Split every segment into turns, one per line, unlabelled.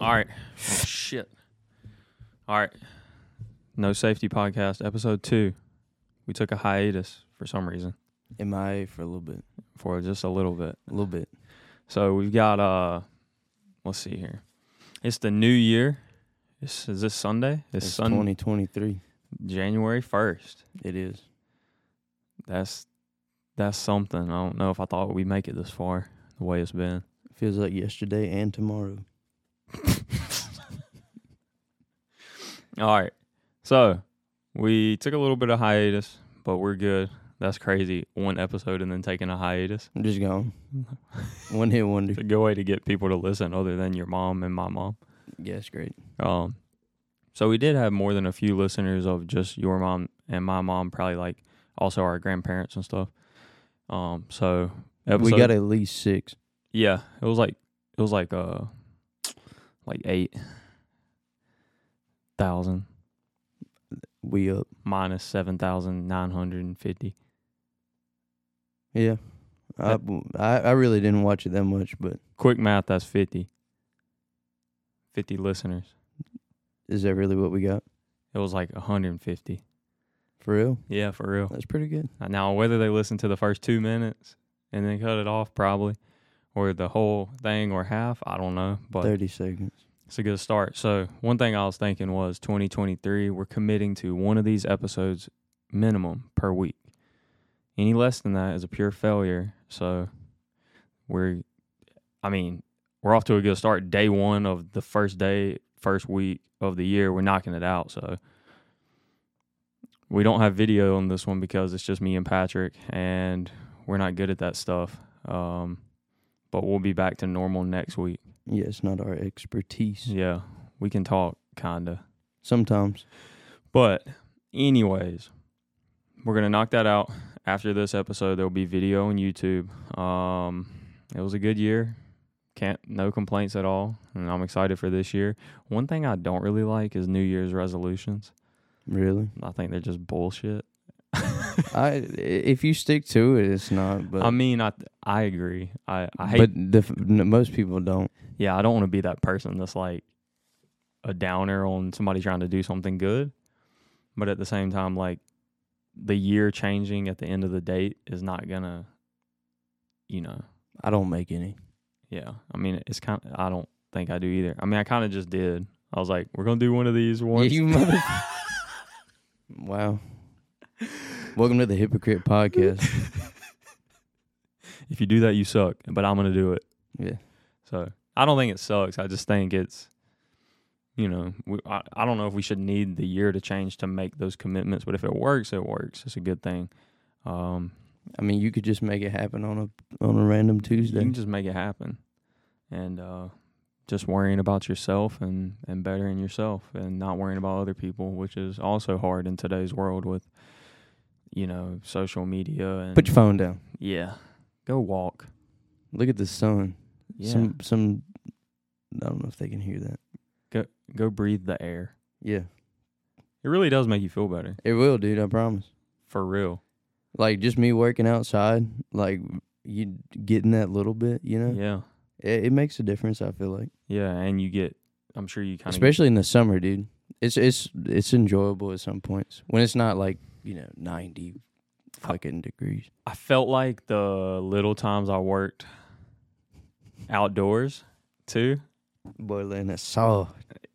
All right. Oh, shit. All right. No safety podcast episode two. We took a hiatus for some reason
MIA for a little bit.
for just a little bit.
A little bit.
So we've got uh, let's see here. It's the new year. This is this Sunday. It's,
It's
Sunday,
2023.
January first.
It is.
That's that's something. I don't know if I thought we'd make it this far. The way it's been.
Feels like yesterday and tomorrow.
All right. So we took a little bit of hiatus, but we're good. That's crazy. One episode and then taking a hiatus.
I'm just gone.
it's
One hit wonder.
a good way to get people to listen other than your mom and my mom.
Yeah, it's great.
Um so we did have more than a few listeners of just your mom and my mom, probably like also our grandparents and stuff. Um so episode,
We got at least six.
Yeah, it was like it was like uh like eight thousand
We up.
minus seven thousand nine hundred and fifty.
Yeah. I, I I really didn't watch it that much, but
Quick math, that's fifty. Fifty listeners.
is that really what we got?
It was like hundred and fifty.
For real?
Yeah, for real.
That's pretty good.
Now whether they listen to the first two minutes and then cut it off probably, or the whole thing or half, I don't know. But
30 seconds.
It's a good start. So, one thing I was thinking was 2023, we're committing to one of these episodes minimum per week. Any less than that is a pure failure. So, we're, I mean, we're off to a good start. Day one of the first day, first week of the year, we're knocking it out. So, we don't have video on this one because it's just me and Patrick, and we're not good at that stuff. Um, but we'll be back to normal next week.
Yeah, it's not our expertise.
Yeah, we can talk kinda.
Sometimes.
But anyways, we're gonna knock that out after this episode. There'll be video on YouTube. Um, it was a good year. Can't no complaints at all, and I'm excited for this year. One thing I don't really like is New Year's resolutions.
Really?
I think they're just bullshit.
I if you stick to it, it's not, but
I mean, I I agree. I I hate.
but the, f- n- most people don't.
yeah, I don't want to be that person that's like a downer on somebody trying to do something good. But at the same time, like the year changing at the end of the date is not gonna, you know,
I don't make any.
yeah. I mean, it's kind of, I don't think I do either. I mean, I kind of just did. I was like, we're gonna do one of these once.
you mother- Wow. Welcome to the Hypocrite Podcast.
if you do that, you suck, but I'm gonna do it.
Yeah.
So I don't think it sucks. I just think it's, you know, we, I, I don't know if we should need the year to change to make those commitments, but if it works, it works. It's a good thing. Um,
I mean, you could just make it happen on a on a random
you
Tuesday.
can just make it happen, and uh, just worrying about yourself and and bettering yourself, and not worrying about other people, which is also hard in today's world with, you know, social media and
Put your phone down.
yeah, go walk.
Look at the sun.
Yeah,
Some some I don't know if they can hear that.
go go breathe the air.
Yeah.
It really does make you feel better,
It will, dude, I promise.
for real.
Like just me working outside, like you getting that little bit, you know?
Yeah.
It, it makes a difference, I feel like.
Yeah, and you get. I'm sure you kind of.
Especially in the summer, dude. It's it's it's enjoyable at some points. When it's not like, you know, ninety fucking degrees.
I felt like the little times I worked outdoors too.
Boy laying that saw.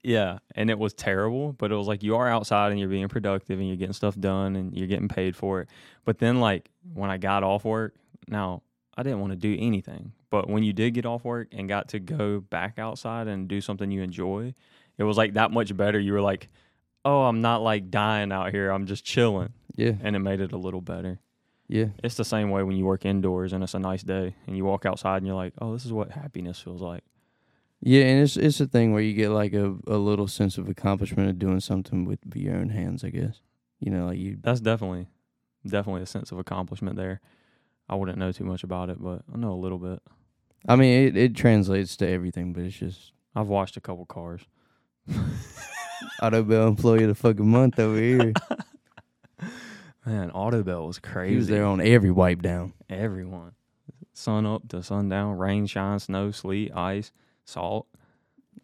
Yeah, and it was terrible, but it was like you are outside and you're being productive and you're getting stuff done and you're getting paid for it. But then, like when I got off work, now I didn't want to do anything. But when you did get off work and got to go back outside and do something you enjoy, it was like that much better. You were like, "Oh, I'm not like dying out here. I'm just chilling,"
Yeah,
and it made it a little better.
yeah.
It's the same way when you work indoors and it's a nice day and you walk outside and you're like, oh, this is what happiness feels like.
Yeah, and it's it's a thing where you get like a, a little sense of accomplishment of doing something with your own hands, I guess. You know, like you
That's definitely, definitely a sense of accomplishment there. I wouldn't know too much about it, but I know a little bit.
I mean it, it translates to everything, but it's just
I've watched a couple cars.
Autobell employee of the fucking month over here.
Man, Autobell was crazy.
he was there on every wipe down.
Everyone. Sun up to sundown, rain, shine, snow, sleet, ice, salt.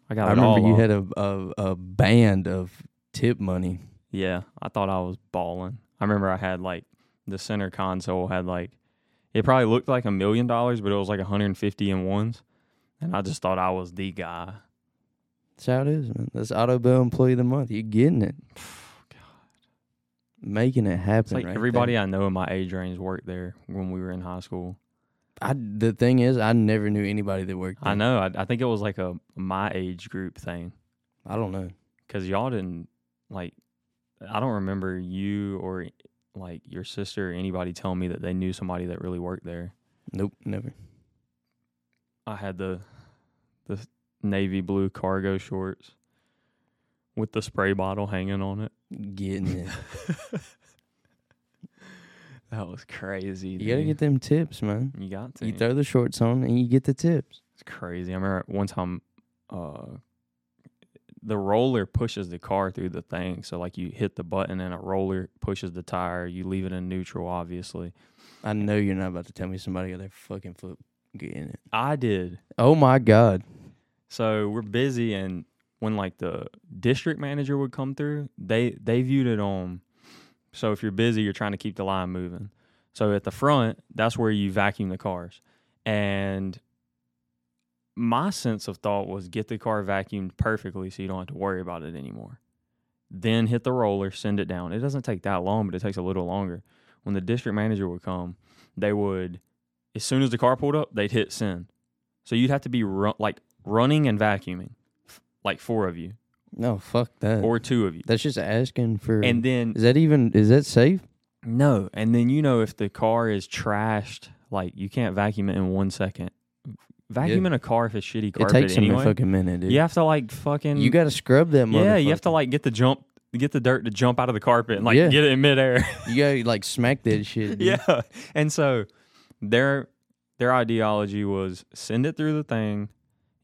I
I
got it
remember
all
you
off.
had a, a a band of tip money.
Yeah, I thought I was balling. I remember I had like the center console had like it probably looked like a million dollars, but it was like 150 in ones, and I just thought I was the guy.
That's how it is, man. That's Auto Bell Employee of the Month. You're getting it, making it happen.
It's like
right
everybody
there.
I know in my age range worked there when we were in high school.
I, the thing is, I never knew anybody that worked.
I
there.
know. I, I think it was like a my age group thing
I don't know.
because y'all didn't like. I don't remember you or like your sister or anybody telling me that they knew somebody that really worked there.
Nope, never.
I had the the navy blue cargo shorts with the spray bottle hanging on it.
Getting it.
That was crazy.
you gotta
dude.
get them tips, man.
you got to.
You throw the shorts on and you get the tips.
it's crazy. I remember one time, uh, the roller pushes the car through the thing. So like you hit the button and a roller pushes the tire. You leave it in neutral, obviously.
I know you're not about to tell me somebody got their fucking foot getting it.
I did.
Oh my god.
So we're busy, and when like the district manager would come through, they they viewed it on. So if you're busy, you're trying to keep the line moving. So at the front, that's where you vacuum the cars, and my sense of thought was get the car vacuumed perfectly so you don't have to worry about it anymore. Then hit the roller, send it down. It doesn't take that long, but it takes a little longer. When the district manager would come, they would, as soon as the car pulled up, they'd hit send. So you'd have to be run, like running and vacuuming, f- like four of you
No, fuck that.
or two of you.
That's just asking for.
And then
Uh, is that even is that safe?
no, and then you know if the car is trashed, like you can't vacuum it in one second. Vacuuming a car if it's shitty
It
carpet
takes them
anyway.
a fucking minute, dude.
you have to like fucking
you got to scrub that.
yeah, you have to
motherfucker.
like get the jump, get the dirt to jump out of the carpet and like
Yeah.
get it in midair.
You gotta like smack that shit. Dude.
yeah, and so their their ideology was send it through the thing.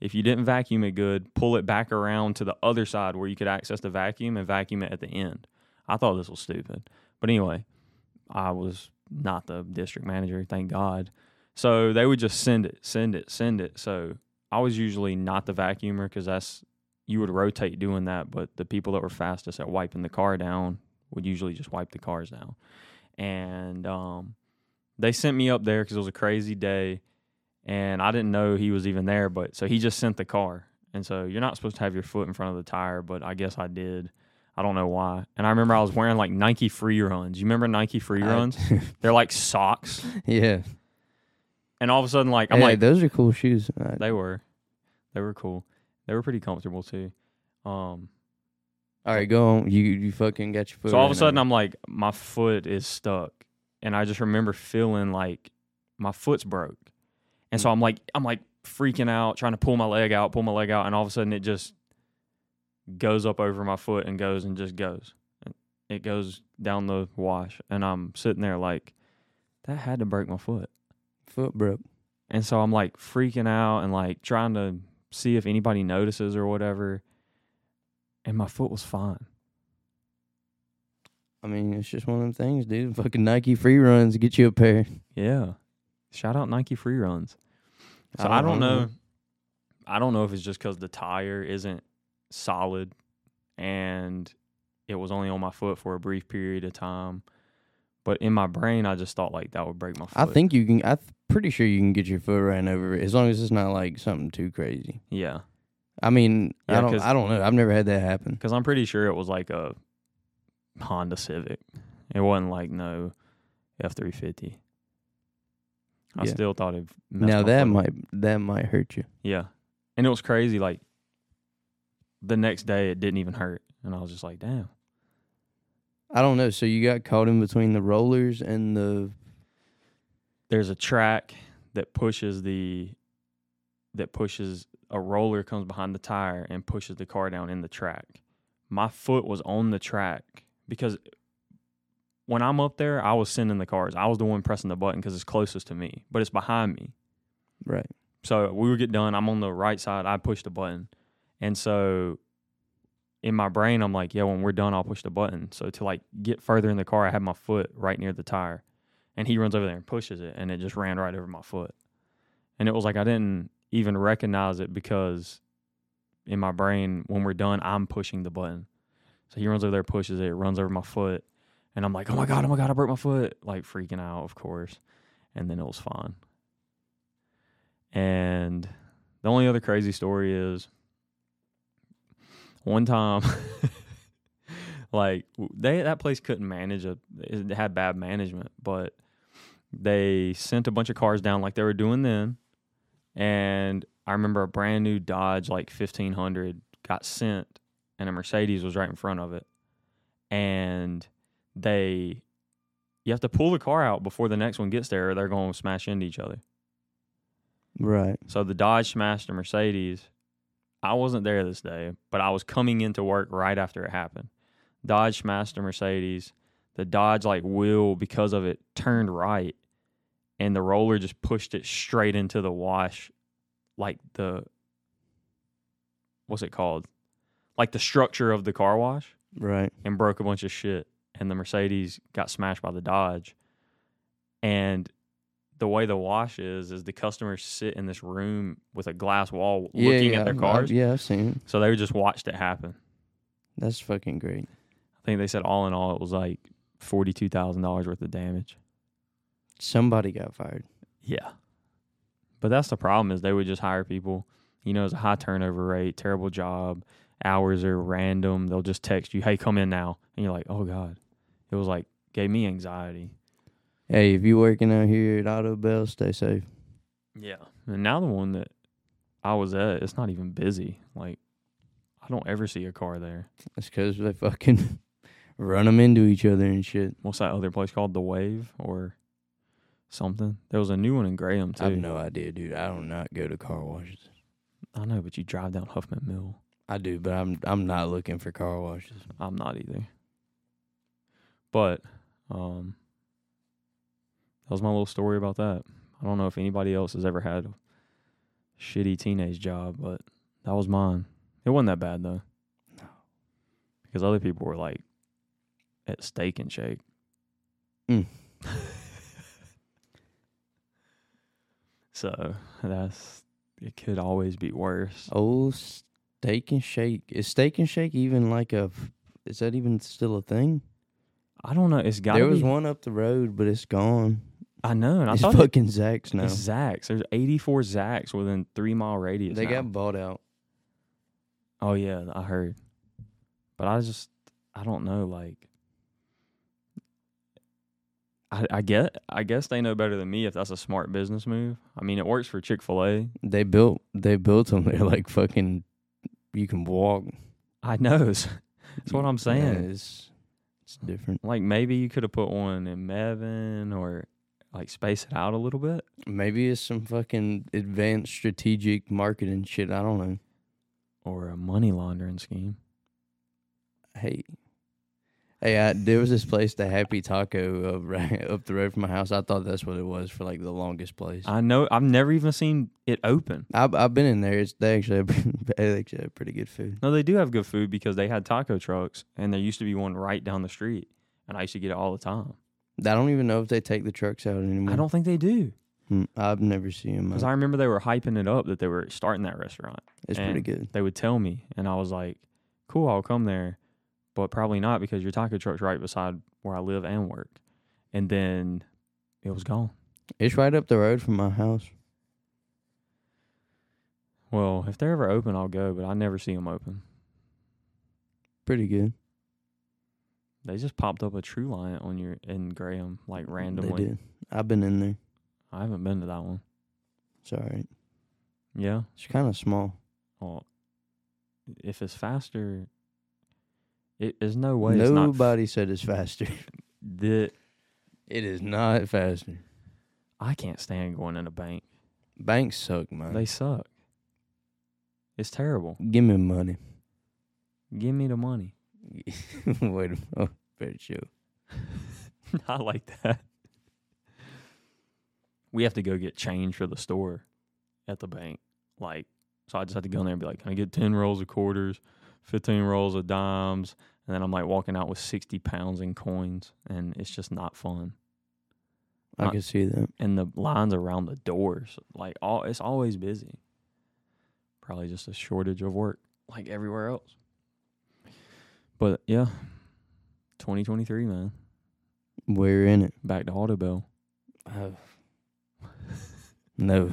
If you didn't vacuum it good, pull it back around to the other side where you could access the vacuum and vacuum it at the end. I thought this was stupid, but anyway, I was not the district manager, thank God. So they would just send it, send it, send it. So I was usually not the vacuumer because that's you would rotate doing that, but the people that were fastest at wiping the car down would usually just wipe the cars down. And um, they sent me up there because it was a crazy day, and I didn't know he was even there. But so he just sent the car, and so you're not supposed to have your foot in front of the tire, but I guess I did. I don't know why. And I remember I was wearing like Nike free runs. You remember Nike free
I-
runs? They're like socks.
yeah.
And all of a sudden, like I'm
Hey,
like,
those are cool shoes. I-
they were, they were cool. They were pretty comfortable too. Um,
all right, go on. You you fucking got your foot.
so all of a
ran
sudden,
over.
I'm like, my foot is stuck, and I just remember feeling like my foot's broke, and so I'm like, I'm like freaking out, trying to pull my leg out, pull my leg out, and all of a sudden, it just goes up over my foot and goes and just goes. It goes down the wash, and I'm sitting there like, that had to break my foot.
foot broke.
And so I'm like freaking out and like trying to see if anybody notices or whatever. And my foot was fine.
I mean, it's just one of them things, dude. Fucking Nike free runs get you a pair.
Yeah. Shout out Nike free runs. So I don't, know. I don't know if it's just because the tire isn't solid and it was only on my foot for a brief period of time. But in my brain, I just thought like that would break my foot.
I think you can. I'm pretty sure you can get your foot ran over as long as it's not like something too crazy.
Yeah.
I mean, I
Yeah,
don't.
'cause-
I don't know. I've never had that happen.
Because I'm pretty sure it was like a Honda Civic. It wasn't like no F three fifty. I
Yeah.
still thought it. messed
Now
my
that
foot up.
might that might hurt you.
Yeah, and it was crazy. Like the next day, it didn't even hurt, and I was just like, "Damn."
I don't know. So you got caught in between the rollers and the
There's a track that pushes the that pushes a roller comes behind the tire and pushes the car down in the track. My foot was on the track because when I'm up there, I was sending the cars. I was the one pressing the button because it's closest to me, but it's behind me.
right.
So we would get done. I'm on the right side. I push the button. And so in my brain, I'm like, yeah, when we're done, I'll push the button. So to like get further in the car, I had my foot right near the tire. And he runs over there and pushes it. And it just ran right over my foot. And it was like I didn't even recognize it because in my brain when we're done, I'm pushing the button. So he runs over there, pushes it, it runs over my foot, and I'm like, oh my god, oh my god, I broke my foot, like freaking out, of course. And then it was fine. And the only other crazy story is one time, like w- they that place couldn't manage a it had bad management, but they sent a bunch of cars down like they were doing then, and I remember a brand new Dodge like fifteen hundred got sent, and a Mercedes was right in front of it, and they you have to pull the car out before the next one gets there, or they're going to smash into each other.
Right.
So the Dodge smashed a Mercedes. I wasn't there this day, but I was coming into work right after it happened. Dodge smashed a Mercedes. The Dodge like wheel because of it turned right and the roller just pushed it straight into the wash like the what's it called? Like the structure of the car wash
Right.
and broke a bunch of shit. And the Mercedes got smashed by the Dodge. And the way the wash is, is the customers sit in this room with a glass wall
Yeah,
looking
yeah,
at their
I've-
cars.
I've- yeah, I've seen it.
So they just watched it happen.
That's fucking great.
I think they said all in all, it was like $42,000 worth of damage.
Somebody got fired.
Yeah. But that's the problem is they would just hire people. You know, it's a high turnover rate, terrible job, hours are random. They'll just text you, hey, come in now. And you're like, oh God. It was like, gave me anxiety.
Hey, if you working out here at Auto Bell, stay safe.
Yeah. And now the one that I was at, it's not even busy. Like, I don't ever see a car there.
That's because they fucking run them into each other and shit.
What's that other place called? The Wave or something? There was a new one in Graham, too.
I have no idea, dude. I do not go to car washes.
I know, but you drive down Huffman Mill.
I do, but I'm I'm not looking for car washes.
I'm not either. But, um, that was my little story about that. I don't know if anybody else has ever had a shitty teenage job, but that was mine. It wasn't that bad though.
No.
Because other people were like at steak and shake.
Mm.
so that's it could always be worse.
Oh, steak and shake. Is steak and shake even like a? f- Is that even still a thing?
I don't know. It's got
there was one up the road, but it's gone.
I know, and I
it's
thought it-
fucking Zach's now.
It's Zacks. There's 84 Zacks within three mile radius.
They
now.
got bought out.
Oh yeah, I heard. But I just, I don't know. Like, I, I get, I guess they know better than me if that's a smart business move. I mean, it works for Chick Fil A.
They built. They built them. They're like fucking. You can walk.
I knows. that's what I'm saying.
Yeah, it's it's different.
Like maybe you could have put one in Mevin or like space it out a little bit.
Maybe it's some fucking advanced strategic marketing shit. I don't know.
Or a money laundering scheme.
Hey, hey, I, there was this place, the Happy Taco, up, right, up the road from my house. I thought that's what it was for like the longest place.
I know. I've never even seen it open.
I've I've been in there. It's they actually have, they actually have pretty good food.
No, they do have good food because they had taco trucks, and there used to be one right down the street, and I used to get it all the time.
I don't even know if they take the trucks out anymore.
I don't think they do
Mm, I've never seen them.
because
out.
I remember they were hyping it up that they were starting that restaurant.
It's pretty
and
good.
They would tell me, and I was like, "Cool, I'll come there," but probably not because your taco truck's right beside where I live and work. And then it was gone.
It's right up the road from my house.
Well, if they're ever open, I'll go, but I never see them open.
Pretty good.
They just popped up a true line on your in Graham like randomly.
They did. I've been in there.
I haven't been to that one.
It's all right.
Yeah.
It's kind of small.
Well, if it's faster, it, there's no way. it's not f-
Nobody said it's faster.
the,
It is not faster.
I can't stand going in a bank.
Banks suck, man.
They suck. It's terrible.
Give me money.
Give me the money.
Wait a oh, better show.
I like that. We have to go get change for the store at the bank. Like, so I just have to go in there and be like, can I get 10 rolls of quarters, 15 rolls of dimes? And then I'm like walking out with 60 pounds in coins, and it's just not fun.
I
Uh,
can see that.
and the lines around the doors like all it's always busy probably just a shortage of work like everywhere else. But yeah, 2023, man.
We're in it.
Back to Auto Bell.
Oh. no.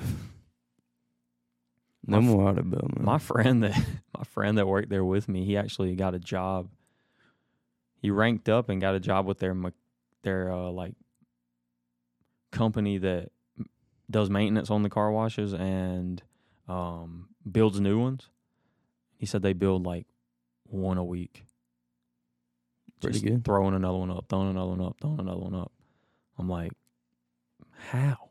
No
My f-
more auto bill, man.
My friend that my friend that worked there with me, he actually got a job. He ranked up and got a job with their me- their uh, like company that m- does maintenance on the car washes and um, builds new ones. He said they build like one a week.
Pretty good.
Throwing another one up, throwing another one up, throwing another one up. I'm like, how?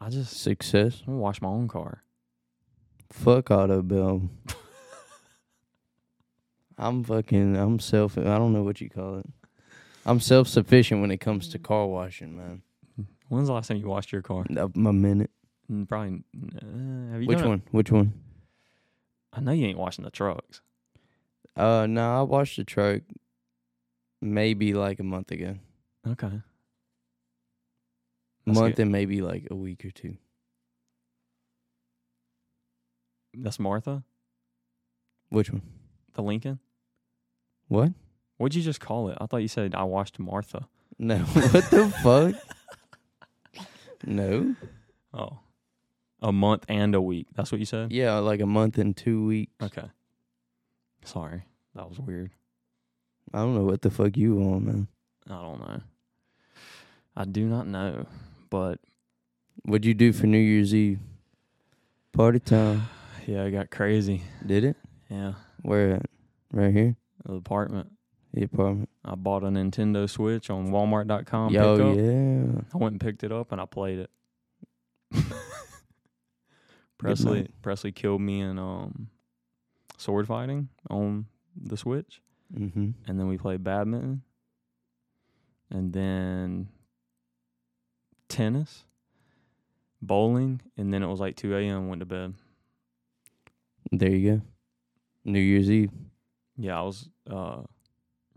I just
Success.
I'm gonna wash my own car.
Fuck auto bill. I'm fucking. I'm self. I don't know what you call it. I'm self sufficient when it comes to car washing, man.
When's the last time you washed your car?
Up my minute.
Mm, Probably. Uh, have you
Which
done it-
one? Which one?
I know you ain't washing the trucks.
Uh, no, I washed the truck maybe like a month ago.
Okay. That's
month
good.
and maybe like a week or two.
That's Martha,
Which one?
the Lincoln.
What?
What'd you just call it? I thought you said I washed Martha.
No. what the fuck? No.
Oh, a month and a week. That's what you said.
Yeah, like a month and two weeks.
Okay. Sorry, that was weird.
I don't know what the fuck you want, man.
I don't know. I do not know, but
What'd you do for New Year's Eve? Party time.
yeah, it got crazy.
Did it?
Yeah,
Where at? Right here?
the apartment.
The apartment.
I bought a Nintendo Switch on Walmart.com.
Yo,
pickup.
yeah.
I went and picked it up and I played it. Presley
night.
Presley killed me in um sword fighting on the Switch,
Mm-hmm.
and then we played badminton, and then tennis, bowling, and then it was like two a.m. Went to bed.
There you go. New Year's Eve.
Yeah, I was uh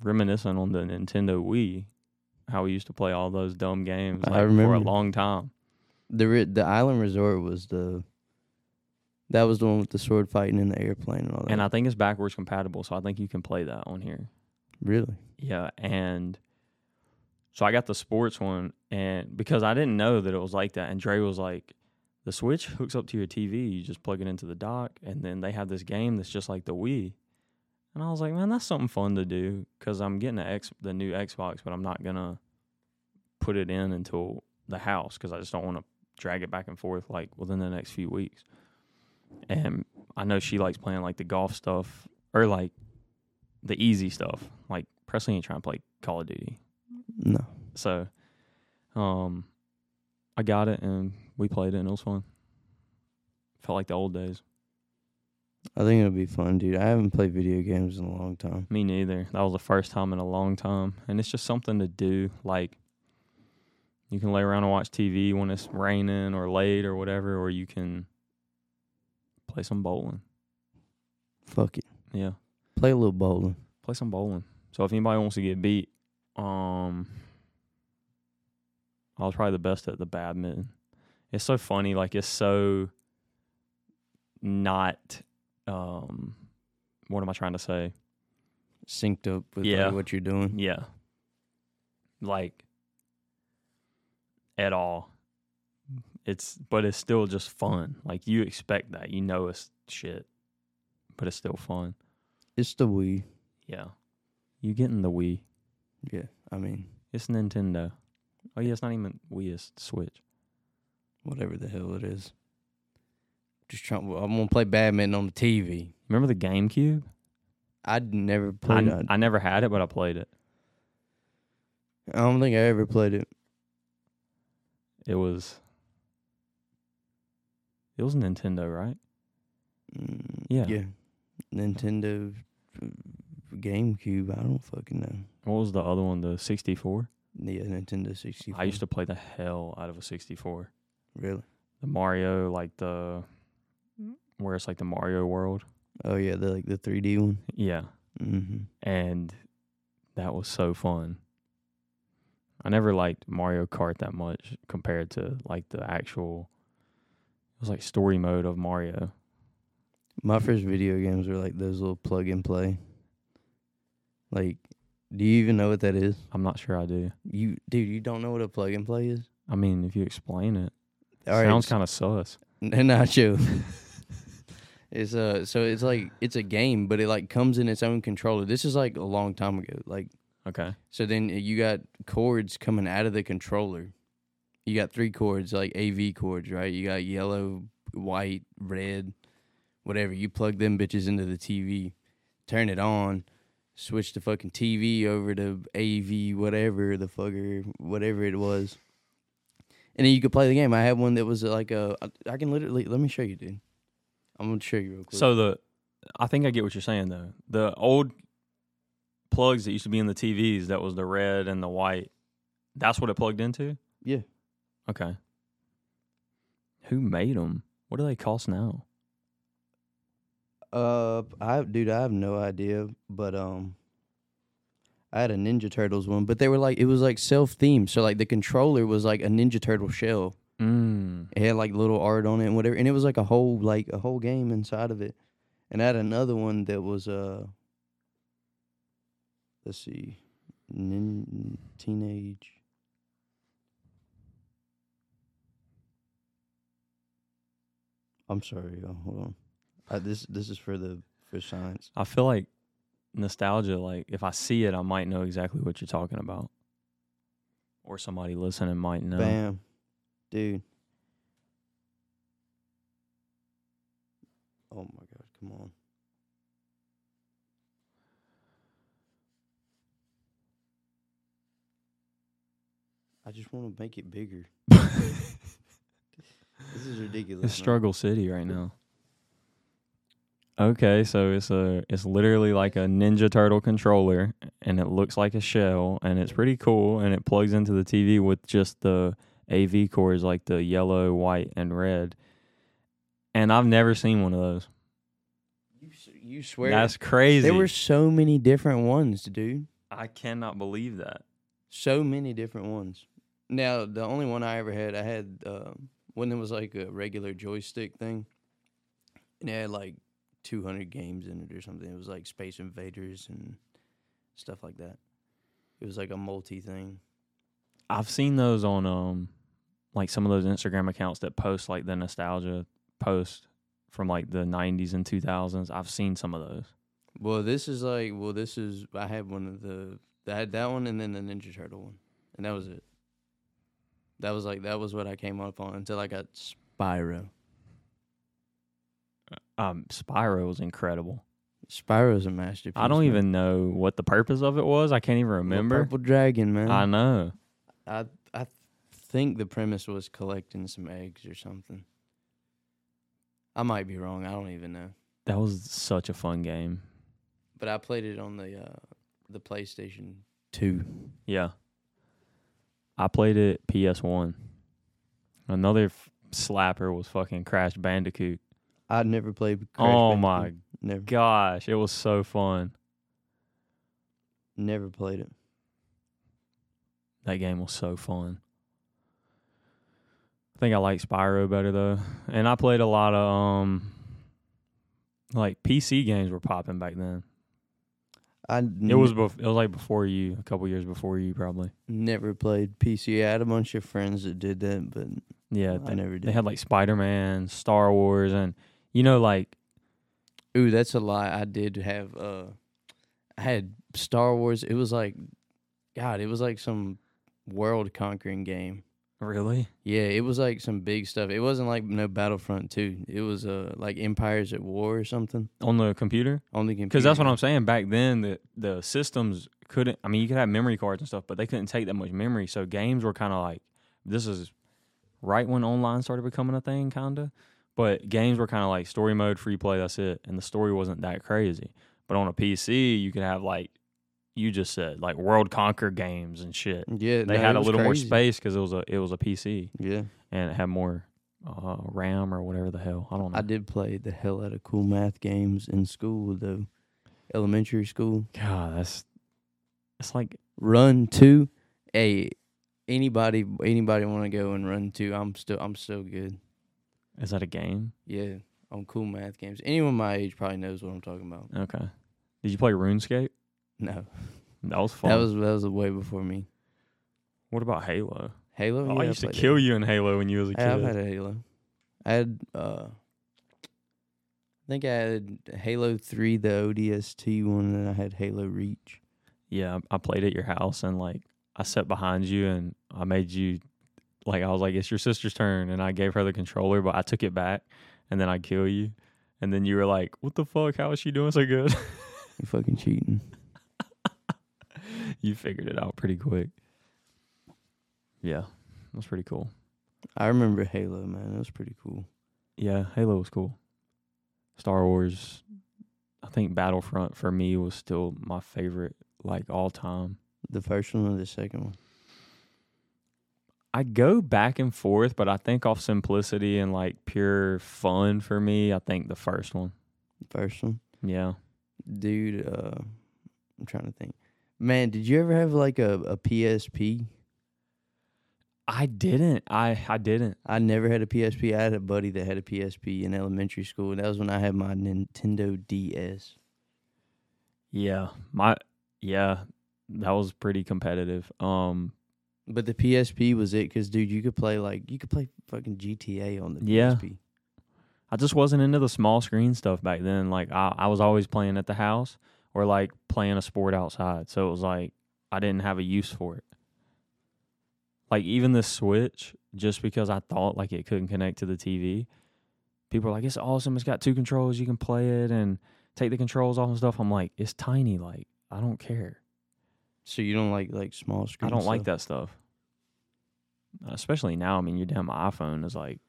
reminiscing on the Nintendo Wii, how we used to play all those dumb games
I
like, for
remember.
a long time.
The re- the Island Resort was the that was the one with the sword fighting in the airplane and all that.
And I think it's backwards compatible, so I think you can play that on here.
really
Yeah, and so I got the sports one, and because I didn't know that it was like that, and Dre was like, "The Switch hooks up to your TV. You just plug it into the dock, and then they have this game that's just like the Wii." And I was like, "Man, that's something fun to do because I'm getting the X, the new Xbox, but I'm not gonna put it in until the house because I just don't want to drag it back and forth like within the next few weeks." And I know she likes playing like the golf stuff or like the easy stuff. Like Presley ain't trying to play Call of Duty.
no.
So um I got it and we played it and it was fun. Felt like the old days.
I think it'll be fun, dude. I haven't played video games in a long time.
Me neither. That was the first time in a long time. And it's just something to do. Like you can lay around and watch TV when it's raining or late or whatever, or you can play some bowling.
Fuck it.
Yeah.
Play a little bowling.
play some bowling. So if anybody wants to get beat, um, I was probably the best at the badminton. It's so funny, like it's so not. Um, what am I trying to say?
Synced up with like,
Yeah.
what you're doing.
Yeah, like at all. It's but it's still just fun. Like you expect that, you know it's shit, but it's still fun.
It's the Wii.
Yeah, you getting the Wii.
Yeah. I mean,
It's Nintendo. Oh yeah, it's not even Wii. It's Switch.
whatever the hell it is. Just trying. I'm gonna play badminton on the TV.
Remember the GameCube?
I'd never played.
I,
I,
I never had it, but I played it.
I don't think I ever played it.
It was. It was Nintendo, right?
Mm,
Yeah.
Yeah. Nintendo, uh, GameCube. I don't fucking know.
What was the other one? The 64.
Yeah, Nintendo 64.
I used to play the hell out of a 64.
really.
The Mario, like the, where it's like the Mario World.
Oh yeah, the like the 3D one.
Yeah,
Mm-hmm.
and that was so fun. I never liked Mario Kart that much compared to like the actual. It was like story mode of Mario.
My first video games were like those little plug and play. Like, do you even know what that is?
I'm not sure I do.
You, dude, you don't know what a plug and play is?
I mean, if you explain it,
All right,
sounds kind of sus.
N- Nacho. it's uh so it's like it's a game, but it like comes in its own controller. This is like a long time ago. Like
Okay.
so then you got cords coming out of the controller. You got three cords, like A V cords, right? You got yellow, white, red, whatever. You plug them bitches into the TV, turn it on, switch the fucking TV over to A V whatever the fucker whatever it was. And then you could play the game. I had one that was like a. I- I can literally let me show you, dude. I'm gonna show you real quick.
So the, I think I get what you're saying though. The old plugs that used to be in the TVs, that was the red and the white. That's what it plugged into.
Yeah.
Okay. Who made them? What do they cost now?
Uh, I dude, I have no idea, but um, I had a Ninja Turtles one, but they were like it was like self themed, so like the controller was like a Ninja Turtle shell.
Mm.
It had like little art on it and whatever, and it was like a whole like a whole game inside of it. And I had another one that was uh, let's see, nin- teenage. I'm sorry, y'all. Hold on. Uh, this this is for the for science.
I feel like nostalgia. Like if I see it, I might know exactly what you're talking about, or somebody listening might know.
Bam, dude. Oh my god! Come on. I just want to make it bigger. This is ridiculous.
It's
man.
struggle city right now. Okay, so it's a it's literally like a Ninja Turtle controller, and it looks like a shell, and it's pretty cool, and it plugs into the TV with just the AV cords, like the yellow, white, and red. And I've never seen one of those.
You, s- you swear
That's crazy.
there were so many different ones, dude.
I cannot believe that.
So many different ones. Now the only one I ever had, I had uh, one that was like a regular joystick thing, and it had like 200 games in it or something. It was like Space Invaders and stuff like that. It was like a multi thing.
I've seen those on um like some of those Instagram accounts that post like the nostalgia post from like the 90s and 2000s. I've seen some of those.
Well, this is like, well, this is I had one of the I had that one and then the Ninja Turtle one, and that was it. That was like that was what I came up on until I got Spyro.
Um Spyro was incredible.
Spyro's a masterpiece.
I don't
man.
even know what the purpose of it was. I can't even
Little
remember.
Purple Dragon, man.
I know.
I I think the premise was collecting some eggs or something. I might be wrong. I don't even know.
That was such a fun game.
But I played it on the uh, the PlayStation Two.
Yeah. I played it PS1. Another f- slapper was fucking Crash Bandicoot.
I never played.
oh
Bandicoot.
my
Never,
gosh, it was so fun.
never played it.
That game was so fun. I think I like Spyro better though. And I played a lot of um like PC games were popping back then.
I
It was bef- it was like before you, a couple years before you probably.
never played PC. I had a bunch of friends that did that, but
Yeah,
I
they,
never did.
they had like Spider-Man, Star Wars and you know like
Ooh, that's a lie. I did have uh I had Star Wars. It was like God, it was like some world conquering game.
really?
Yeah, it was like some big stuff. It wasn't like no Battlefront 2. It was uh like Empires at War or something
On the computer?
on the computer.
Cuz that's what I'm saying back then the the systems couldn't I mean you could have memory cards and stuff, but they couldn't take that much memory, so games were kind of like this is right when online started becoming a thing kinda. But games were kind of like story mode, free play, that's it. And the story wasn't that crazy. But on a PC, you could have like you just said like world conquer games and shit.
Yeah,
They
no,
had
it
a
was
little more
crazy.
space because it was a it was a PC.
Yeah,
and it had more uh, RAM or whatever the hell. I don't know.
I did play the hell out of cool math games in school though. Elementary school.
God, that's it's like
Run 2. Hey, anybody anybody want to go and run 2? I'm still I'm still good.
is that a game?
Yeah. on cool math games. Anyone my age probably knows what I'm talking about.
Okay. Did you play RuneScape?
No,
That was fun.
that was that was way before me.
what about Halo?
Halo.
Oh,
yeah,
I used to
played
kill
that.
you in Halo when you was a
Yeah, I've
kid.
had a Halo. I had uh, I think I had Halo Three, the ODST one, and I had Halo Reach.
yeah, I played at your house and like I sat behind you and I made you like I was like, It's your sister's turn and I gave her the controller, but I took it back and then I kill you. And then you were like, What the fuck? How is she doing so good?
You fucking cheating.
you figured it out pretty quick. Yeah. That's pretty cool.
I remember Halo, man. It was pretty cool.
Yeah, Halo was cool. Star Wars, I think Battlefront for me was still my favorite, like all time.
The first one or the second one?
I go back and forth, but I think off simplicity and like pure fun for me, I think the first one.
First one,
Yeah.
dude. Uh, I'm trying to think. Man, did you ever have like a, a PSP?
I didn't. I I didn't.
I never had a PSP. I had a buddy that had a PSP in elementary school. and That was when I had my Nintendo DS.
Yeah. My yeah, that was pretty competitive. Um
But the PSP was it because, dude, you could play like you could play fucking GTA on the
Yeah.
PSP.
I just wasn't into the small screen stuff back then. Like I, I was always playing at the house or like playing a sport outside. So it was like I didn't have a use for it. Like even the Switch, just because I thought like it couldn't connect to the TV, people are like, It's awesome, it's got two controls, you can play it and take the controls off and stuff. I'm like, it's tiny, like I don't care.
So you don't like like small screen.
I don't like
stuff?
that stuff. Especially now, I mean your damn iPhone is like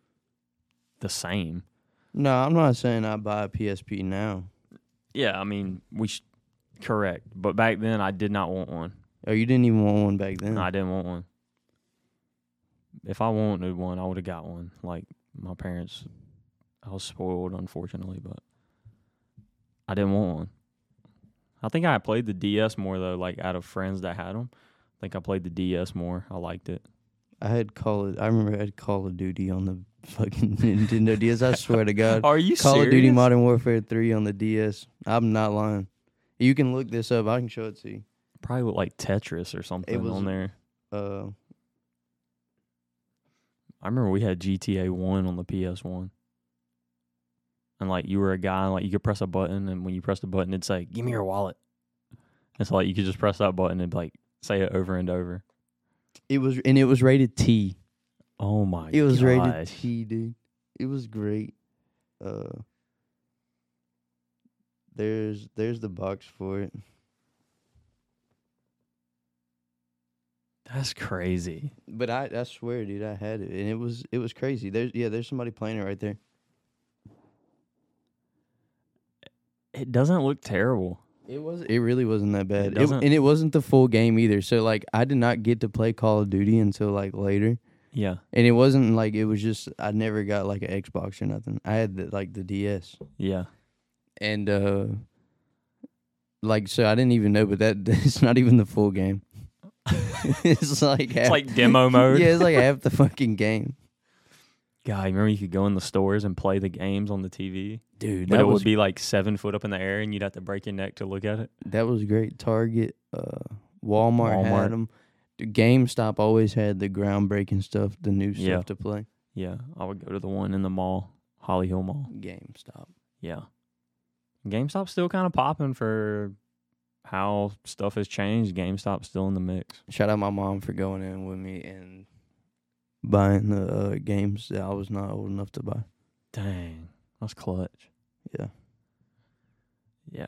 the same.
No, I'm not saying I buy a PSP now.
Yeah, I mean, we sh- correct. But back then, I did not want one.
Oh, you didn't even want one back then.
No, I didn't want one. If I wanted one, I would have got one. Like my parents, I was spoiled, unfortunately, but I didn't want one. I think I played the DS more though, like out of friends that had them. I think I played the DS more. I liked it.
I had Call of, I remember I had Call of Duty on the fucking Nintendo DS. I swear to God.
Are you
Call of Duty Modern Warfare 3 on the DS. I'm not lying. You can look this up. I can show it to you.
Probably looked like Tetris or something
was-
on there.
Uh,
I remember we had GTA One on the PS One, and like you were a guy, and, like you could press a button, and when you press the button, it'd say, "Give me your wallet," and so like you could just press that button and like say it over and over.
it was and it was rated T.
Oh my!
It was rated
gosh.
T, dude. It was great. Uh, there's there's the box for it.
That's crazy.
But I, I swear, dude, I had it and it was it was crazy. There's yeah, there's somebody playing it right there.
It doesn't look terrible.
It was. It really wasn't that bad, It-
doesn't-
and it wasn't the full game either. So like, I did not get to play Call of Duty until like later,
Yeah,
and it wasn't like it was just I never got like an Xbox or nothing. I had the, like the DS,
yeah.
and uh like so I didn't even know. But that it's not even the full game. it's like half,
It's like demo mode.
yeah, it's like half the fucking game,
God, remember you could go in the stores and play the games on the TV,
dude.
but
That
it
was
would be like seven foot up in the air, and you'd have to break your neck to look at it.
that was great. Target, uh, Walmart,
Walmart.
had them. GameStop always had the groundbreaking stuff, the new stuff
Yeah.
to play.
Yeah, I would go to the one in the mall, Holly Hill Mall.
GameStop.
Yeah. GameStop's still kind of popping for how stuff has changed. GameStop's still in the mix.
Shout out my mom for going in with me and buying the uh, games that I was not old enough to buy.
Dang. That's clutch.
Yeah.
Yeah.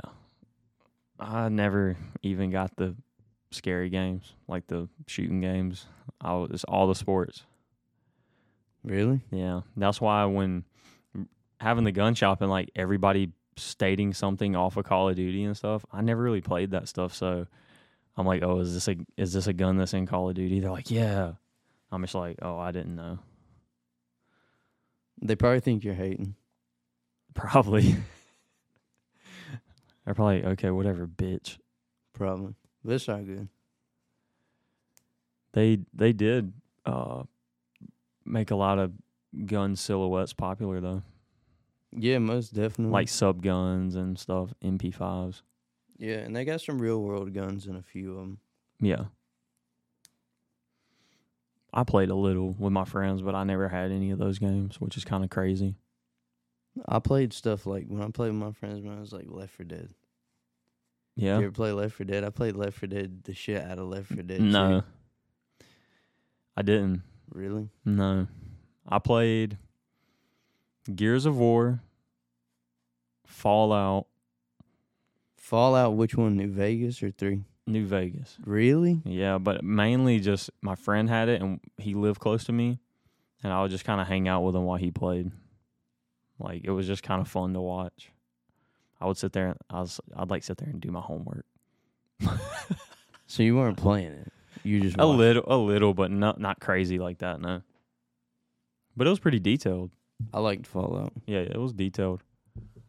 I never even got the scary games, like the shooting games. I was it's all the sports.
Really?
Yeah. That's why when having the gun shop and like everybody stating something off of Call of Duty and stuff, I never really played that stuff. So I'm like, oh, is this a is this a gun that's in Call of Duty? They're like, yeah. I'm just like, oh, I didn't know.
They probably think you're hating.
Probably. They're probably okay, whatever, bitch.
Probably. But it's not good.
They they did uh make a lot of gun silhouettes popular though.
Yeah, most definitely.
like sub guns and stuff, MP5s.
yeah, and they got some real world guns in a few of them.
Yeah. I played a little with my friends, but I never had any of those games, which is kind of crazy.
I played stuff like when I played with my friends when I was like Left 4 Dead.
Yeah.
You ever play Left 4 Dead? I played Left 4 Dead the shit out of Left 4 Dead. 2.
No. I didn't.
Really?
No. I played Gears of War, Fallout,
Fallout, which one? New Vegas or 3?
New Vegas.
Really?
Yeah, but mainly just my friend had it and he lived close to me and I would just kind of hang out with him while he played. Like it was just kind of fun to watch. I would sit there and I was I'd like sit there and do my homework.
So you weren't playing it. You just
A
watched.
little a little but not not crazy like that, no. But it was pretty detailed.
I liked Fallout.
Yeah, it was detailed.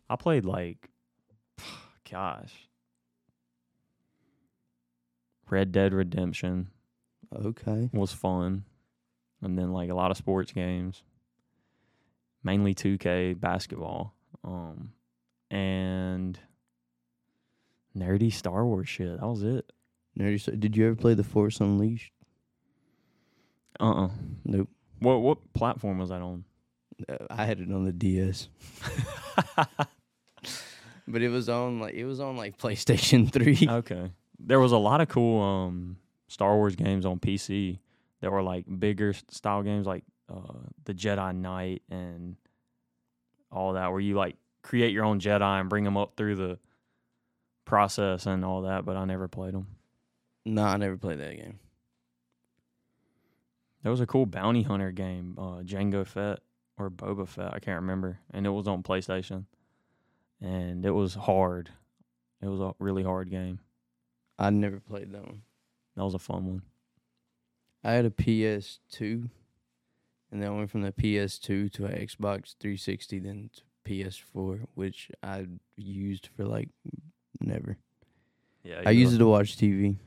I played like gosh. Red Dead Redemption.
Okay.
was fun. And then like a lot of sports games. Mainly 2K basketball. Um and nerdy Star Wars shit. That was it.
Nerdy. So, did you ever play The Force Unleashed?
Uh-uh.
Nope.
What what platform was that on?
Uh, I had it on the DS. But it was on like it was on like PlayStation 3.
okay. There was a lot of cool um Star Wars games on PC that were like bigger s- style games like uh the Jedi Knight and all that where you like create your own Jedi and bring them up through the process and all that, but I never played them.
no, I never played that game.
There was a cool bounty hunter game, uh, Django Fett or Boba Fett, I can't remember, and it was on PlayStation, and it was hard. It was a really hard game.
I never played that one.
That was a fun one.
I had a PS2 and then I went from the PS2 to an Xbox 360 then to PS4 which I used for like never.
Yeah,
I used it to watch TV.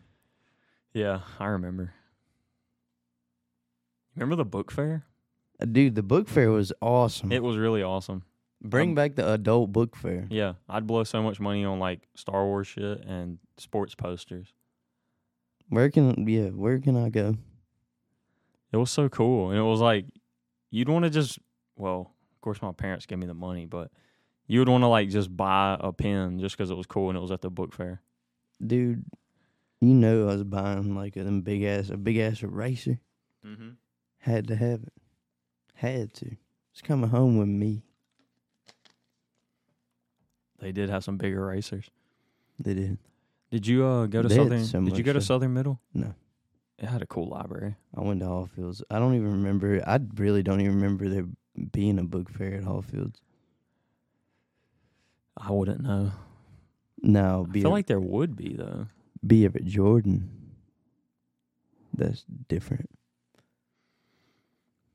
Yeah, I remember. Remember the book fair?
Uh, Dude, the book fair was awesome.
It was really awesome.
Bring
um,
back the adult book fair.
Yeah, I'd blow so much money on like Star Wars shit and sports posters.
Where can yeah, where can I go?
It was so cool. And it was like, you'd want to just, well, of course, my parents gave me the money, but you would want to like just buy a pen just because it was cool and it was at the book fair.
Dude, you know I was buying like a them big ass a big ass eraser.
Mm-hmm.
Had to have it. Had to. It's coming home with me.
They did have some big erasers.
They did.
Did you uh, go to
They had
Southern?
so
did you
much
go to
stuff.
Southern Middle?
No.
It had a cool library.
I went to Hallfields. I don't even remember. I really don't even remember there being a book fair at Hallfields.
I wouldn't know.
No,
I
be
feel
a,
like there would be though.
be it at Jordan. That's different.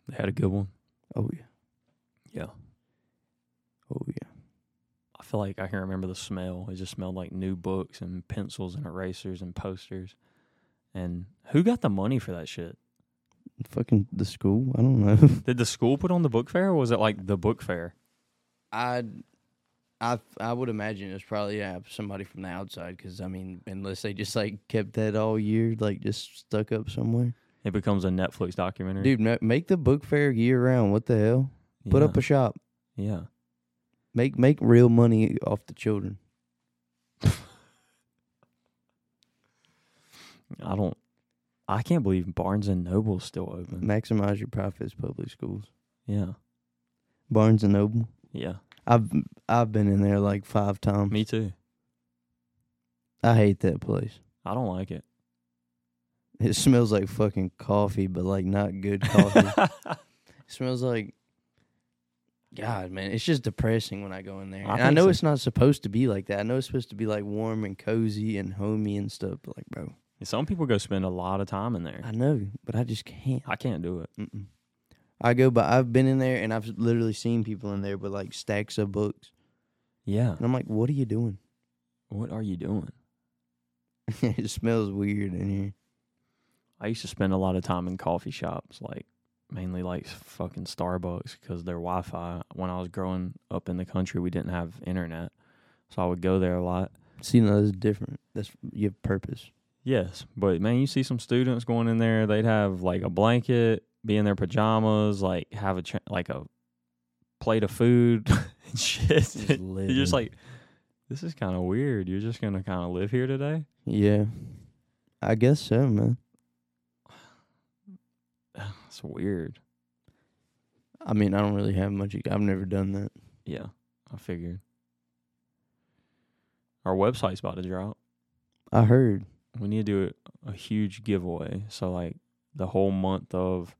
They had a good one.
Oh yeah.
Yeah.
Oh yeah.
I feel like I can remember the smell. It just smelled like new books and pencils and erasers and posters. And who got the money for that shit?
Fucking the school. I don't know.
Did the school put on the book fair or was it like the book fair?
I, I, I would imagine it's probably yeah somebody from the outside because I mean unless they just like kept that all year like just stuck up somewhere.
It becomes a Netflix documentary.
Dude, ma- make the book fair year round. What the hell?
yeah.
Put up a shop.
yeah.
Make make real money off the children.
I don't. I can't believe Barnes and Noble's still open.
Maximize your profits. Public schools.
Yeah.
Barnes and Noble.
Yeah.
I've I've been in there like five times.
Me too.
I hate that place.
I don't like it.
It smells like fucking coffee, but like not good coffee. it smells like God, man. It's just depressing when I go in there.
I
and I
think
know
so.
it's not supposed to be like that. I know it's supposed to be like warm and cozy and homey and stuff. But like, bro,
Some people go spend a lot of time in there.
I know, but I just can't.
I can't do it.
Mm-mm. I go, but I've been in there and I've literally seen people in there with like stacks of books,
Yeah.
and I'm like, what are you doing?
What are you doing?
it smells weird in here.
I used to spend a lot of time in coffee shops, like mainly like fucking Starbucks because their Wi Fi. When I was growing up in the country, we didn't have internet, so I would go there a lot.
See, no, that's different. That's you have purpose.
Yes, but man, you see some students going in there. They'd have like a blanket, be in their pajamas, like have a ch- like a plate of food and shit. You're just like, this is kind of weird. You're just gonna kind of live here today.
yeah, I guess so, man.
It's weird.
I mean, I don't really have much. I've never done that.
Yeah, I figured. Our website's about to drop.
I heard.
We need to do a, a huge giveaway. So like the whole month of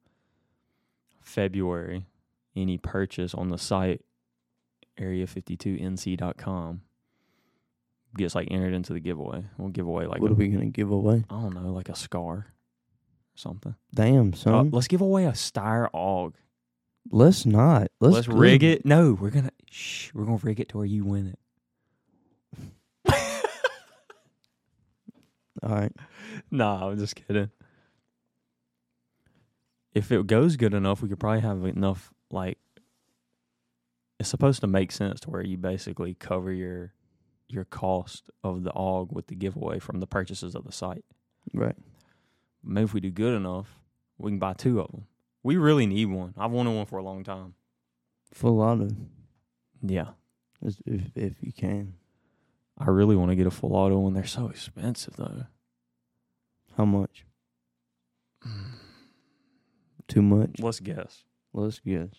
February, any purchase on the site area52nc.com gets like entered into the giveaway. We'll give away like
what
a,
are we gonna give away?
I don't know, like a scar or something.
Damn, son.
Uh, let's give away a Steyr AUG.
let's not. Let's,
Let's, rig it. No, we're gonna shh, we're gonna rig it to where you win it.
All right.
Nah, I'm just kidding. If it goes good enough, we could probably have enough like it's supposed to make sense to where you basically cover your your cost of the AUG with the giveaway from the purchases of the site.
Right.
Maybe if we do good enough, we can buy two of them. We really need one. I've wanted one for a long time.
Full auto.
Yeah.
If if- if you can.
I really want to get a full auto one. They're so expensive though.
How much? Too much?
Let's guess.
Let's guess.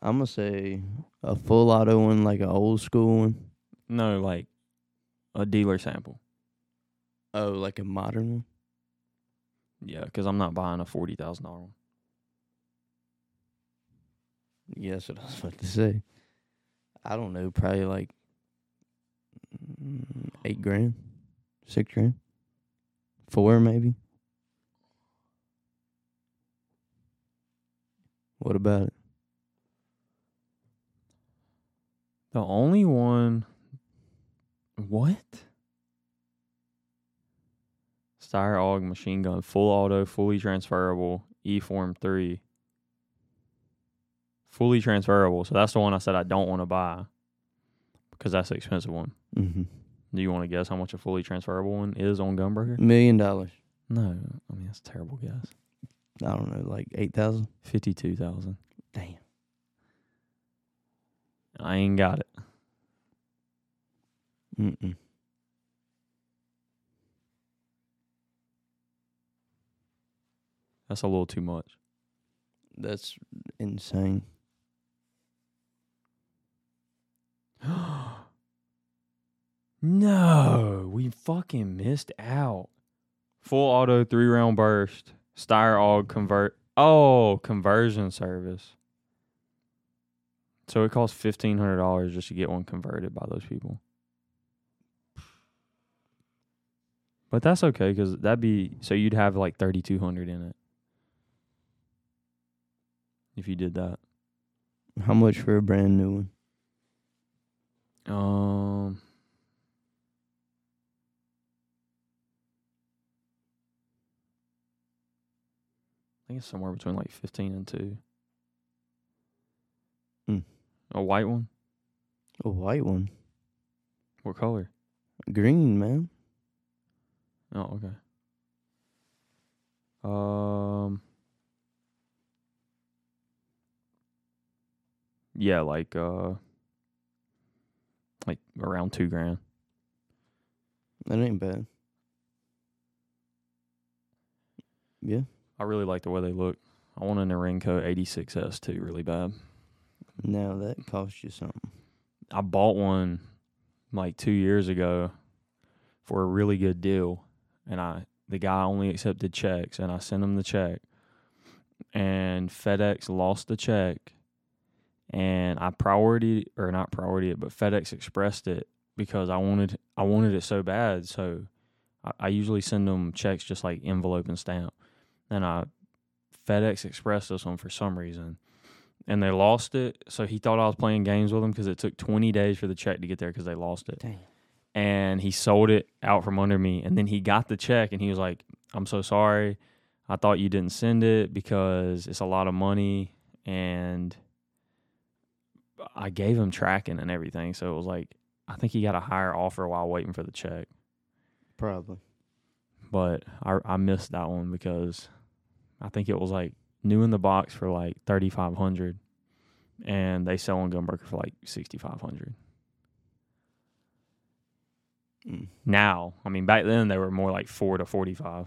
I'm gonna say a full auto one, like an old school one.
No, like a dealer sample.
Oh, like a modern one.
Yeah, because I'm not buying a forty thousand dollar one.
Yeah, that's what I was about to say. I don't know. Probably like mm, eight grand, six grand, four maybe. What about it?
The only one. What? Steyr AUG machine gun, full auto, fully transferable, E Form 3. Fully transferable. So that's the one I said I don't want to buy because that's the expensive one.
Mm-hmm.
Do you want to guess how much a fully transferable one is on Gunbreaker?
Million dollars.
No. I mean, that's a terrible guess.
I don't know, like eight thousand.
52000
Damn.
I ain't got it.
Mm-mm.
That's a little too much.
That's insane.
no, we fucking missed out. Full auto three round burst, Steyr AUG convert. Oh, conversion service. So it costs fifteen hundred dollars just to get one converted by those people. But that's okay because that'd be so you'd have like thirty two hundred in it if you did that.
How much for a brand new one?
Um, I think it's somewhere between like fifteen and two.
Mm.
A white one.
A white one.
What color?
Green, man.
Oh, okay. Um. Yeah, like uh, like around two grand.
That ain't bad. Yeah.
I really like the way they look. I want a Narenko 86S too, really bad.
Now that costs you something.
I bought one like two years ago for a really good deal, and I the guy only accepted checks, and I sent him the check, and FedEx lost the check, and I priority or not priority it, but FedEx expressed it because I wanted I wanted it so bad, so I, I usually send them checks just like envelope and stamp, and I FedEx expressed this one for some reason, and they lost it. So he thought I was playing games with him because it took 20 days for the check to get there because they lost it.
Damn.
And he sold it out from under me. And then he got the check and he was like, I'm so sorry. I thought you didn't send it because it's a lot of money and I gave him tracking and everything. So it was like I think he got a higher offer while waiting for the check.
Probably.
But I I missed that one because I think it was like new in the box for like thirty five hundred and they sell on Gunbroker for like sixty five hundred.
Mm.
Now, I mean back then they were more like four to forty five.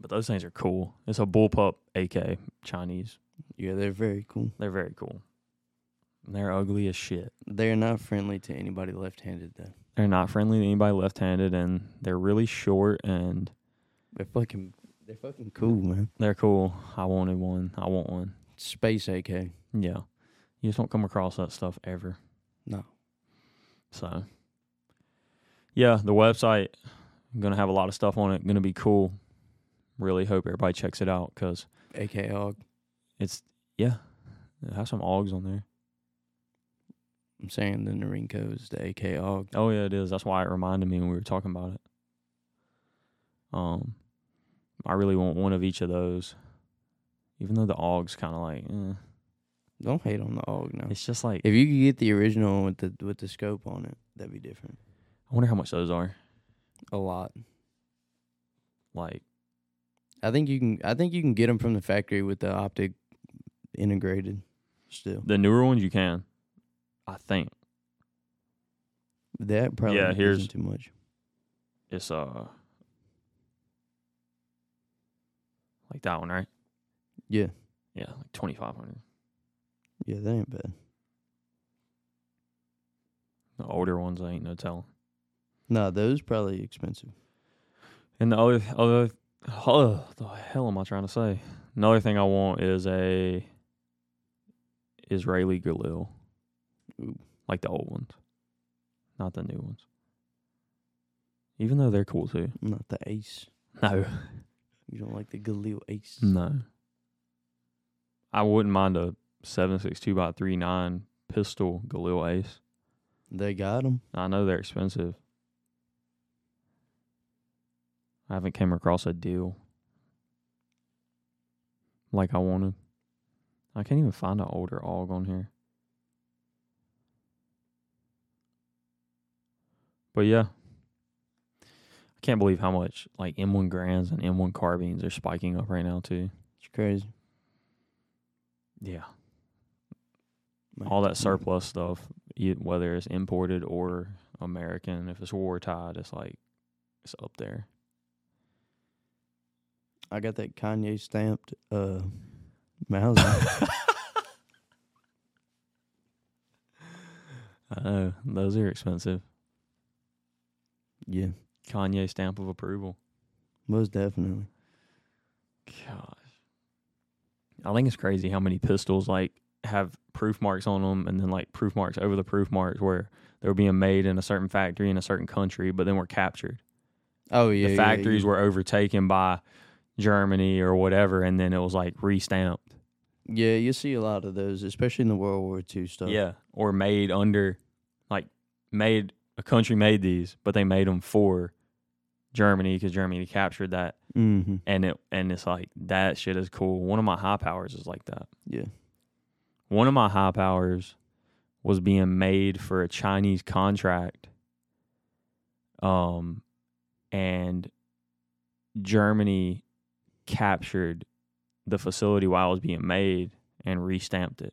But those things are cool. It's a bullpup AK Chinese.
Yeah, they're very cool.
They're very cool. And they're ugly as shit.
They're not friendly to anybody left-handed though.
They're not friendly to anybody left handed and they're really short and
They're fucking. They're fucking cool, man.
they're cool. I wanted one. I want one.
Space AK.
Yeah. You just don't come across that stuff ever.
No.
So yeah, the website gonna have a lot of stuff on it. Gonna be cool. Really hope everybody checks it out because
AK AUG.
it's yeah. It has some augs on there.
I'm saying the Narinko is the AK AUG.
Oh yeah, it is. That's why it reminded me when we were talking about it. Um, I really want one of each of those. Even though the aug's kind of like, eh.
Don't hate on the AUG now.
it's just like
If you could get the original one with the with the scope on it, that'd be different.
I wonder how much those are.
A lot.
Like,
I think you can. I think you can get them from the factory with the optic integrated. Still,
the newer ones you can, I think
that probably
Yeah,
isn't
here's-
too much.
it's uh like that one, right?
Yeah,
Yeah, like twenty five hundred.
yeah, that ain't bad.
The older ones, I ain't no telling.
No, those probably expensive.
And the other other oh, the hell am I trying to say? Another thing I want is a Israeli Galil.
Ooh.
Like the old ones. Not the new ones. Even though they're cool too.
Not the Ace.
No.
You don't like the Galil Ace.
No. I wouldn't mind a seven six two by three nine pistol Galil Ace.
They got them.
I know they're expensive. I haven't came across a deal like I wanted. I can't even find an older AUG on here. But yeah, I can't believe how much like M1 grands and M1 carbines are spiking up right now too.
It's crazy.
Yeah,
Might
all
have
that
to come-
surplus stuff, e- whether it's imported or American, if it's war tied, it's like it's up there.
I got that Kanye stamped uh Mauser.
I know Oh, those are expensive.
yeah,
Kanye stamp of approval.
most definitely.
Gosh, I think it's crazy how many pistols like have proof marks on them, and then like proof marks over the proof marks where they were being made in a certain factory in a certain country, but then were captured.
Oh yeah,
the
yeah,
factories
yeah.
were overtaken by Germany or whatever, and then it was like restamped.
Yeah, you see a lot of those, especially in the World War II stuff.
Yeah, or made under, like made a country made these, but they made them for Germany because Germany captured that,
Mm-hmm.
and it and it's like that shit is cool. One of my high powers is like that.
Yeah.
One of my high powers was being made for a Chinese contract, um, and Germany captured the facility while it was being made and restamped it.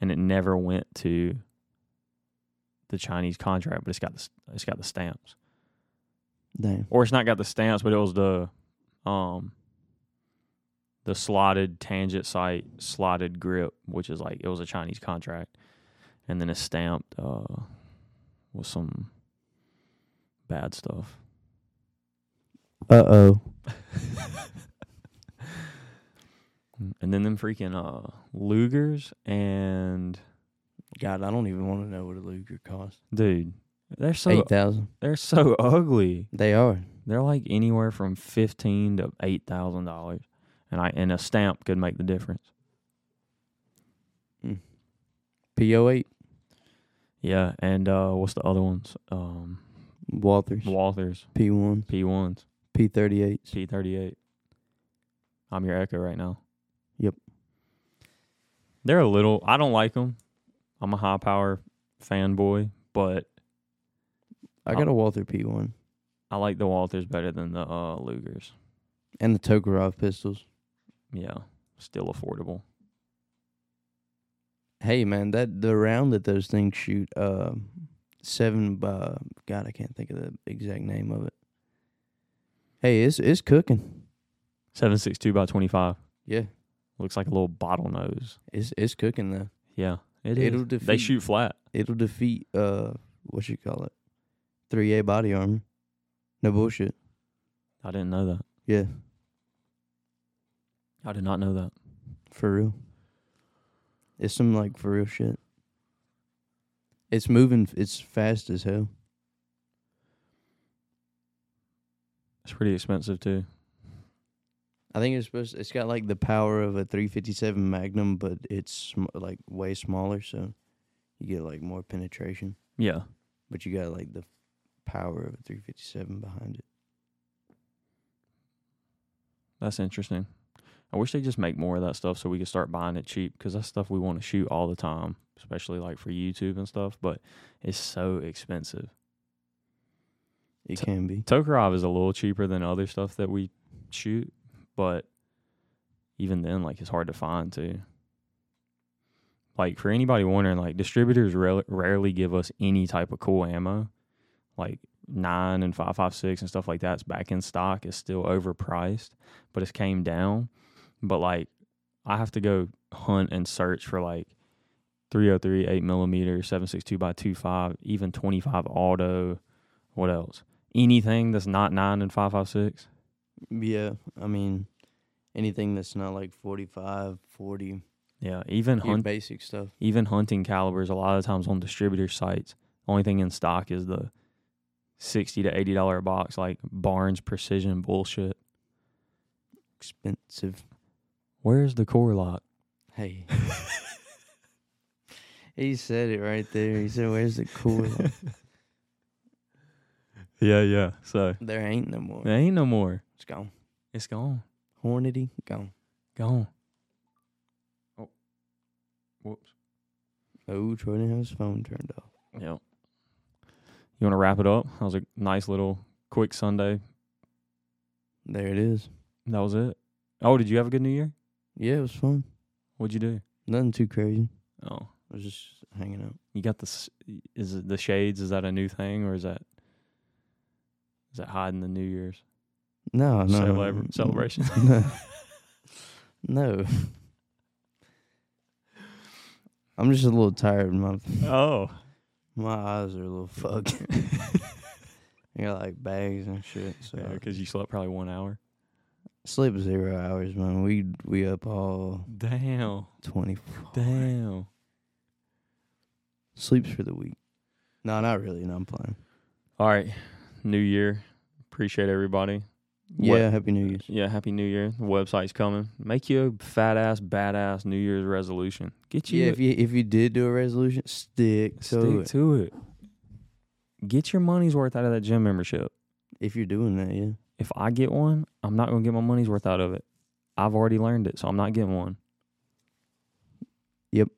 And it never went to the Chinese contract, but it's got the s- it's got the stamps,
Damn.
or it's not got the stamps, but it was the um the slotted tangent sight slotted grip, which is like it was a Chinese contract, and then it's stamped uh with some bad stuff.
Uh oh.
And then them freaking uh Lugers and
God, I don't even want to know what a Luger costs.
dude, they're so
Eight thousand.
they're so ugly.
They are.
They're like anywhere from fifteen to eight thousand dollars, and I and a stamp could make the difference.
PO eight
Yeah, and uh what's the other ones? Um,
Walther's
Walther's
P one
P ones.
P thirty eights.
P thirty eight. I'm your echo right now.
Yep.
They're a little. I don't like them. I'm a high power fanboy, but
I got a Walther P one
I like the Walters better than the uh, Lugers.
and the Tokarov pistols.
Yeah, still affordable.
Hey man, that the round that those things shoot, uh, seven. Uh, God, I can't think of the exact name of it. Hey, it's it's cooking.
Seven six two by twenty five.
Yeah,
Looks like a little bottlenose.
it's it's cooking though.
Yeah, it
It'll
is. They
defeat-
shoot flat.
It'll defeat uh, what you call it, three A body armor. No bullshit.
I didn't know that.
Yeah,
I did not know that.
for real. It's some like for real shit. It's moving. It's fast as hell.
It's pretty expensive too.
I think it's supposed. it's got like the power of a 357 Magnum, but it's sm- like way smaller, so you get like more penetration.
Yeah,
But you got like the power of a 357 behind it.
that's interesting. I wish they just make more of that stuff so we could start buying it cheap because that's stuff we want to shoot all the time, especially like for YouTube and stuff. But it's so expensive.
It
T-
can be.
Tokarov is a little cheaper than other stuff that we shoot, but even then, like it's hard to find too. Like for anybody wondering, like distributors rare rarely give us any type of cool ammo, like nine and five five six and stuff like that's back in stock. It's still overpriced, but it's came down. But like I have to go hunt and search for like 303 8 millimeter 762 by 25 even 25 auto what else anything that's not nine and five five six.
Yeah, I mean, anything that's not like 45, 40,
Yeah, even
your
hunt,
basic stuff.
even hunting calibers. A lot of times on distributor sites, the only thing in stock is the sixty to eighty dollar box, like Barnes Precision bullshit.
Expensive.
Where's the core lock?
Hey. he said it right there. He said, "Where's the cool?
Yeah, yeah. So
there ain't no more.
there ain't no more.
It's gone.
It's gone,
Hornady gone.
gone. Oh, whoops.
Oh, Troy didn't have his phone turned off.
Yeah. You want to wrap it up? That was a nice little quick Sunday.
There it is.
That was it. Oh, did you have a good New Year?
Yeah, it was fun.
What'd you do?
Nothing too crazy.
Oh.
I was just hanging out.
You got the s- is it the shades? Is that a new thing or is that is that hiding the New Year's
No, no.
celebra- celebration?
No. no. I'm just a little tired. My
oh,
my eyes are a little fucked. I got like bags and shit. So
because you slept probably one hour.
sleep zero hours, man. We we up all
Damn,
twenty.
damn.
Sleeps for the week. No, not really. No, I'm playing.
All right, New Year. Appreciate everybody. What-
Yeah, happy New Year's.
Yeah, happy New Year. The website's coming. Make you a fat ass, badass New Year's resolution. Get you
Yeah, if you if you did do a resolution, stick to
stick
it.
to it. Get your money's worth out of that gym membership.
if you're doing that, yeah.
if I get one, I'm not gonna get my money's worth out of it. I've already learned it, so I'm not getting one.
Yep.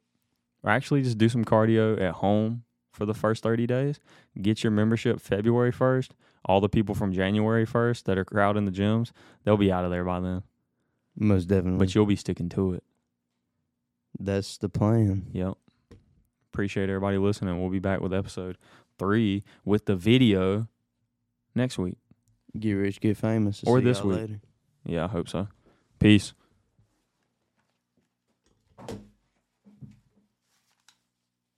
Or actually just do some cardio at home for the first 30 days. Get your membership February 1st. All the people from January 1st that are crowding the gyms, they'll be out of there by then.
Most definitely.
But you'll be sticking to it.
That's the plan.
Yep. Appreciate everybody listening. We'll be back with episode three with the video next week.
Get rich, get famous. I'll
Or
see y'all
this week.
Later.
Yeah, I hope so. Peace.